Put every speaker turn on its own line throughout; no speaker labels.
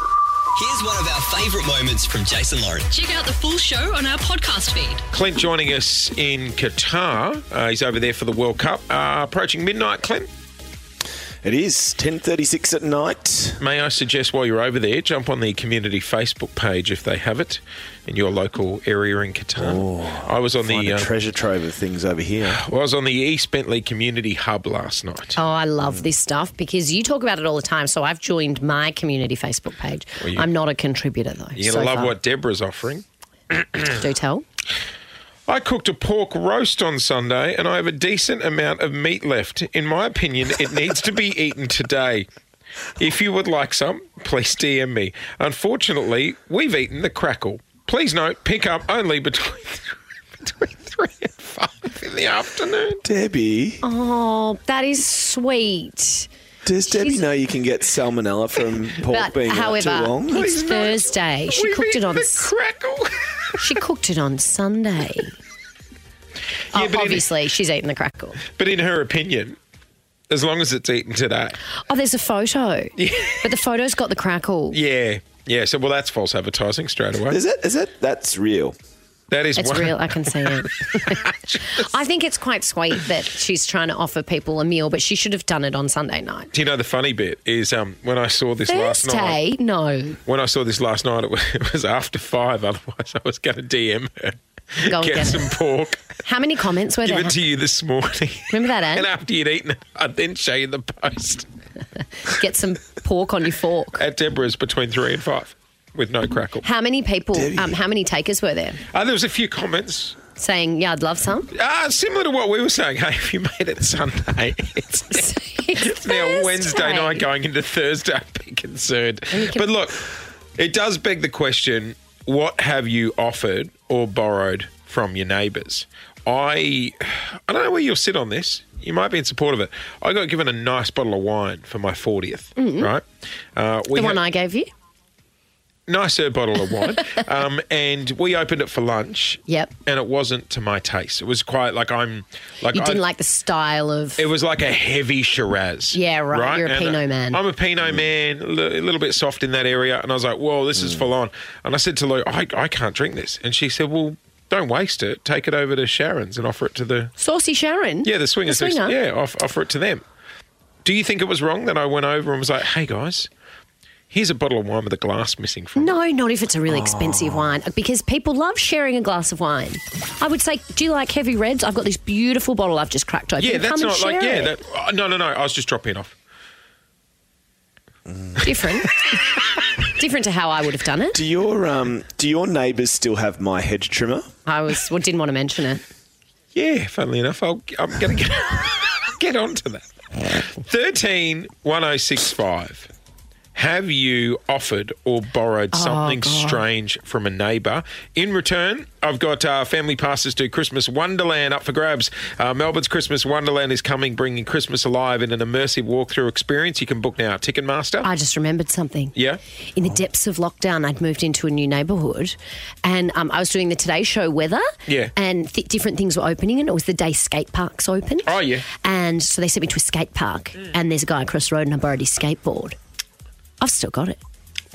Here's one of our favourite moments from Jason Lauren.
Check out the full show on our podcast feed.
Clint joining us in Qatar. Uh, he's over there for the World Cup. Uh, approaching midnight, Clint.
It is 10:36 at night.
May I suggest while you're over there, jump on the community Facebook page if they have it in your local area in Qatar. I was on
Oh, Find
the
a
uh,
treasure trove of things over here.
I was on the East Bentley Community Hub last night.
Oh, I love
Mm.
this stuff because you talk about it all the time. So I've joined my community Facebook page.
you-
I'm not a contributor though.
You're
so
gonna love
far.
what Deborah's offering.
do tell.
I cooked a pork roast on Sunday, and I have a decent amount of meat left. In my opinion, it needs to be eaten today. If you would like some, please DM me. Unfortunately, we've eaten the crackle. Please note, pick up only between between three and five in the afternoon.
Debbie,
Oh, that is sweet.
does Debbie
she's-
know you can get salmonella from pork
But
being out
however,
too long?
it's Thursday. She
We've
cooked it
eaten
on
the
s- Oh,
crackle.
she cooked it on Sunday.
yeah,
Oh,
but in,
obviously, she's eating the crackle.
but in her opinion, as long as it's eaten today,
Oh, there's a photo, but the photo's got the crackle.
yeah, yeah. So well, that's false advertising straight away.
Is that is that that's real?
that is
It's
one-
real. I can see it. I think it's quite sweet that she's trying to offer people a meal, but she should have done it on Sunday night.
Do you know the funny bit is um, when I saw this last night.
Thursday? No.
When I saw this last night, it was, it was after five. Otherwise, I was going to DM her.
Go and
get,
get it.
some pork.
How many comments were
Give
there?
it to you this morning.
Remember that, eh?
and
Anne?
after you'd eaten it, I'd then show you the post
Get some pork on your fork.
at Deborah's between three and five with no crackle.
How many people, um, how many takers were there
Uh, there was a few comments
saying, yeah, I'd love some?
uh, similar to what we were saying. Hey, if you made it Sunday, it's
it's
now Wednesday night going into Thursday. I'd be concerned. But look, it does beg the question what have you offered or borrowed from your neighbours? I, I don't know where you'll sit on this. You might be in support of it. I got given a nice bottle of wine for my 40th, right? Uh, we
Mm-hmm. The one
had-
I gave you?
nicer bottle of wine. um, and we opened it for lunch.
Yep.
And it wasn't to my taste. It was quite like I'm like
You
I-
didn't like the style of.
it was like a heavy Shiraz.
Yeah, right. You're a
And,
Pinot
uh,
man.
I'm a Pinot man, a li- a little bit soft in that area. And I was like, whoa, this is full on. And I said to Lou, I, I can't drink this. And she said, well, don't waste it. Take it over to Sharon's and offer it to the,
Saucy Sharon?
yeah, the swingers.
The swinger?
yeah, off, offer it to them. Do you think it was wrong that I went over and was like, hey, guys, here's a bottle of wine with a glass missing from it?
No, not if it's a really expensive wine, because people love sharing a glass of wine. I would say, do you like heavy reds? I've got this beautiful bottle I've just cracked open.
Yeah, that's
Come and
not like
share
yeah.
it.
That, uh, no, no, no. I was just dropping off.
different, different to how I would have done it.
Do your um do your neighbours still have my hedge trimmer?
I was well, didn't want to mention it.
Yeah, funnily enough, I'll, I'm going to get get onto that. Thirteen one zero six five. Have you offered or borrowed
Oh,
something strange from a neighbour? In return, I've got uh, family passes to Christmas Wonderland up for grabs. Uh, Melbourne's Christmas Wonderland is coming, bringing Christmas alive in an immersive walkthrough experience. You can book now at Ticketmaster.
I just remembered something.
yeah.
In the depths of lockdown, I'd moved into a new neighbourhood, and um, I was doing the Today Show weather.
Yeah.
And th- different things were opening, and it was the day skate parks opened.
Oh, yeah. Mm.
And so they sent me to a skate park, and there's a guy across the road, and I borrowed his skateboard. I've still got it,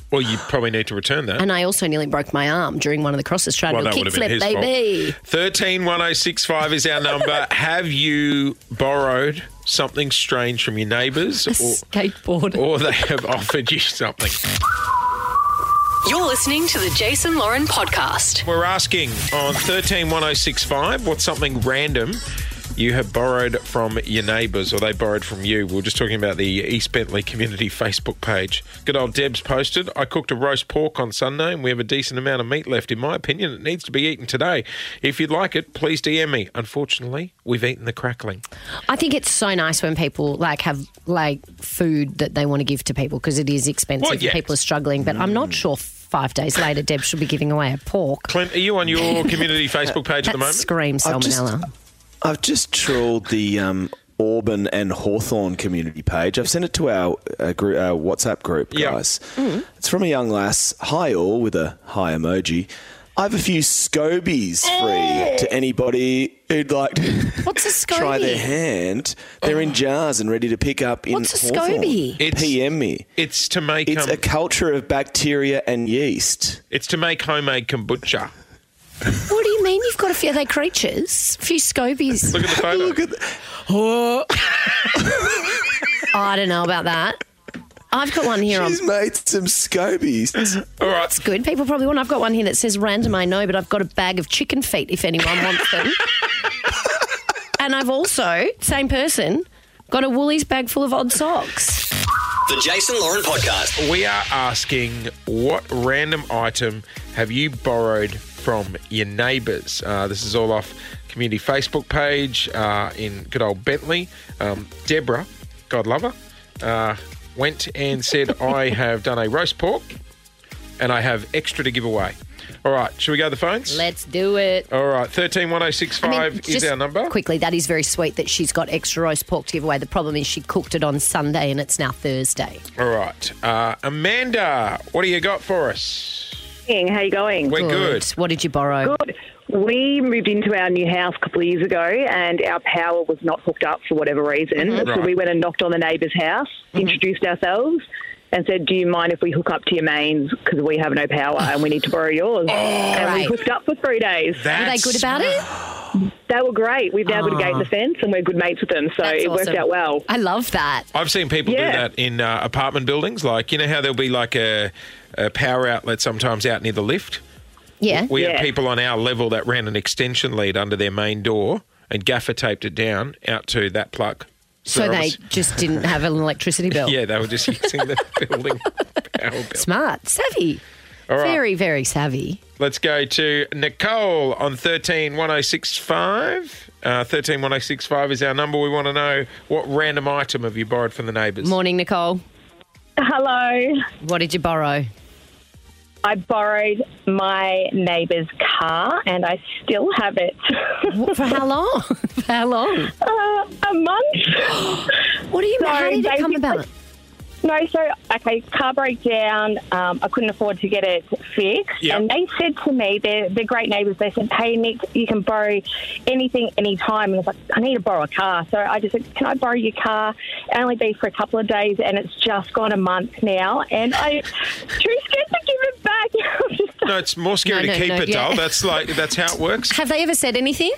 Well, you probably need to return that.
and I also nearly broke my arm during one of the crosses trying to do a kickflip, baby.
fault. Thirteen one oh six five is our number. Have you borrowed something strange from your neighbours, or,
Skateboard.
or they have offered you something?
You're listening to the Jason Lauren podcast.
We're asking on thirteen one oh six five what's something random you have borrowed from your neighbours, or they borrowed from you. We We're just talking about the East Bentley Community Facebook page. Good old Deb's posted. I cooked a roast pork on Sunday, and we have a decent amount of meat left. In my opinion, it needs to be eaten today. If you'd like it, please DM me. Unfortunately, we've eaten the crackling.
I think it's so nice when people like have like food that they want to give to people because it is expensive.
Well, yeah.
People are struggling, but I'm not sure five days later Deb should be giving away a pork.
Clint, are you on your community Facebook page at the
That
moment?
screams
I've just-
salmonella.
I've just trawled the um Auburn and Hawthorne community page. I've sent it to our, uh, group, our WhatsApp group,
Yeah.
Mm-hmm.
guys. It's from a young lass. Hi all with a hi emoji. I have a few Scobies free to anybody who'd like to
What's a
try
Scobie?
their hand. They're in jars and ready to pick up in
What's a
Hawthorne.
Scobie?
It's-
PM me.
It's to make
It's
um,
a culture of bacteria and yeast.
it's to make homemade kombucha.
What do you mean you've got a few? Are they creatures? A few scobies.
Look at the photo.
Look at th-
Oh, I don't know about that. I've got one here on.
She's made some Scobies.
All right.
It's good. People probably want. I've got one here that says random. I know, but I've got a bag of chicken feet if anyone wants them. and I've also same person got a Woolies bag full of odd socks.
The Jason Lauren Podcast.
We are asking what random item have you borrowed from your neighbours? Uh, this is all off community Facebook page uh, in good old Bentley. Um, Deborah, God love her, uh, went and said, I have done a roast pork and I have extra to give away. All right, should we go to the phones?
Let's do it.
all right, 131065
I mean,
is
just
our number.
Quickly, that is very sweet that she's got extra roast pork to give away. The problem is she cooked it on Sunday and it's now Thursday.
All right, uh, Amanda, what do you got for us?
morning. How you going?
We're good.
What did you borrow?
Good. We moved into our new house a couple of years ago, and our power was not hooked up for whatever reason. So
Mm-hmm.
Right.
we went and knocked on the neighbour's house, introduced ourselves, and said, "Do you mind if we hook up to your mains because we have no power and we need to borrow yours?" and we
Oh, Right.
hooked up for three days.
Were they
That's
good about it?
they were great. We've now got a gate in the fence, and we're good mates with them, so
Ah. That's
it
awesome.
worked out well.
I love that.
I've seen people do
Yeah.
that in uh, apartment buildings. Like, you know how there'll be like a, a power outlet sometimes out near the lift?
Yeah.
We had
Yeah.
people on our level that ran an extension lead under their main door and gaffer taped it down out to that plug.
so
there
they
was-
just didn't have an electricity bill.
Yeah, they were just using the building power bill.
Smart. Savvy.
All right.
Very, very savvy.
Let's go to Nicole on 131065. Uh, 131065 is our number. We want to know what random item have you borrowed from the neighbours?
Morning, Nicole.
Hello.
What did you borrow?
I borrowed my neighbour's car and I still have it.
What, for how long? for how long?
uh, a month.
What do you mean? How
Sorry,
did it come
basically-
about?
No, so, okay, car broke down. Um, I couldn't afford to get it fixed.
Yep.
And they said to me, they're, they're great neighbours, they said, hey, Nick, you can borrow anything, anytime. And I was like, I need to borrow a car. So I just said, can I borrow your car? It'll only be for a couple of days and it's just gone a month now. And I'm too scared to give it back. I'm just
No, it's more scary
No,
to
no,
keep
no,
it,
yeah.
doll. That's like that's how it works.
Have they ever said anything?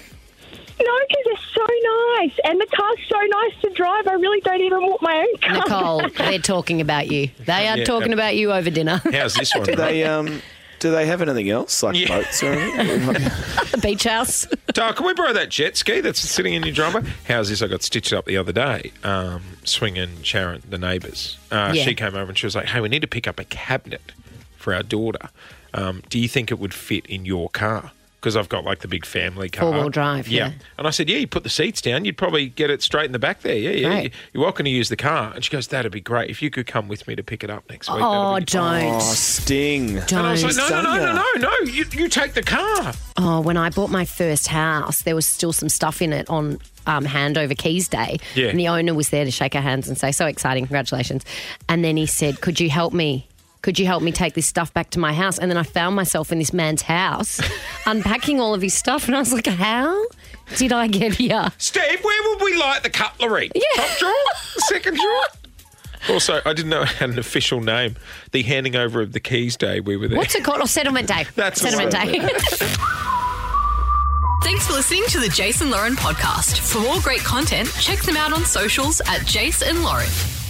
No, because it's so nice, and the car's so nice to drive. I really don't even want my own car.
Nicole, they're talking about you. They are
Yeah.
talking about you over dinner.
How's this one?
Do they um do they have anything else like
Yeah.
boats or anything?
the beach house.
Dar, can we borrow that jet ski that's sitting in your driveway? How's this? I got stitched up the other day, um, swinging Sharon, the neighbours. Uh,
Yeah.
She came over and she was like, hey, we need to pick up a cabinet for our daughter. Um, do you think it would fit in your car? Because I've got like the big family car.
Four-wheel drive, yeah.
And I said, yeah, you put the seats down, you'd probably get it straight in the back there. Yeah, yeah.
Right.
you- You're welcome to use the car. And she goes, that'd be great. If you could come with me to pick it up next week. that'd
Oh,
be-"
don't.
Oh, sting.
And I
Don't.
was like, no, no, no, no,
Sonia.
no, no. You, you take the car.
Oh, when I bought my first house, there was still some stuff in it on um, handover keys day.
Yeah.
And the owner was there to shake our hands and say, so exciting, congratulations. And then he said, could you help me? Could you help me take this stuff back to my house? And then I found myself in this man's house unpacking all of his stuff. And I was like, how did I get here?
Steve, where would we light the cutlery? Top drawer? Second drawer? Also, I didn't know it had an official name. The handing over of the keys day we were there.
What's it called? Oh, settlement day.
That's a
settlement day.
Thanks for listening to the Jason Lauren podcast. For more great content, check them out on socials at Jason Lauren.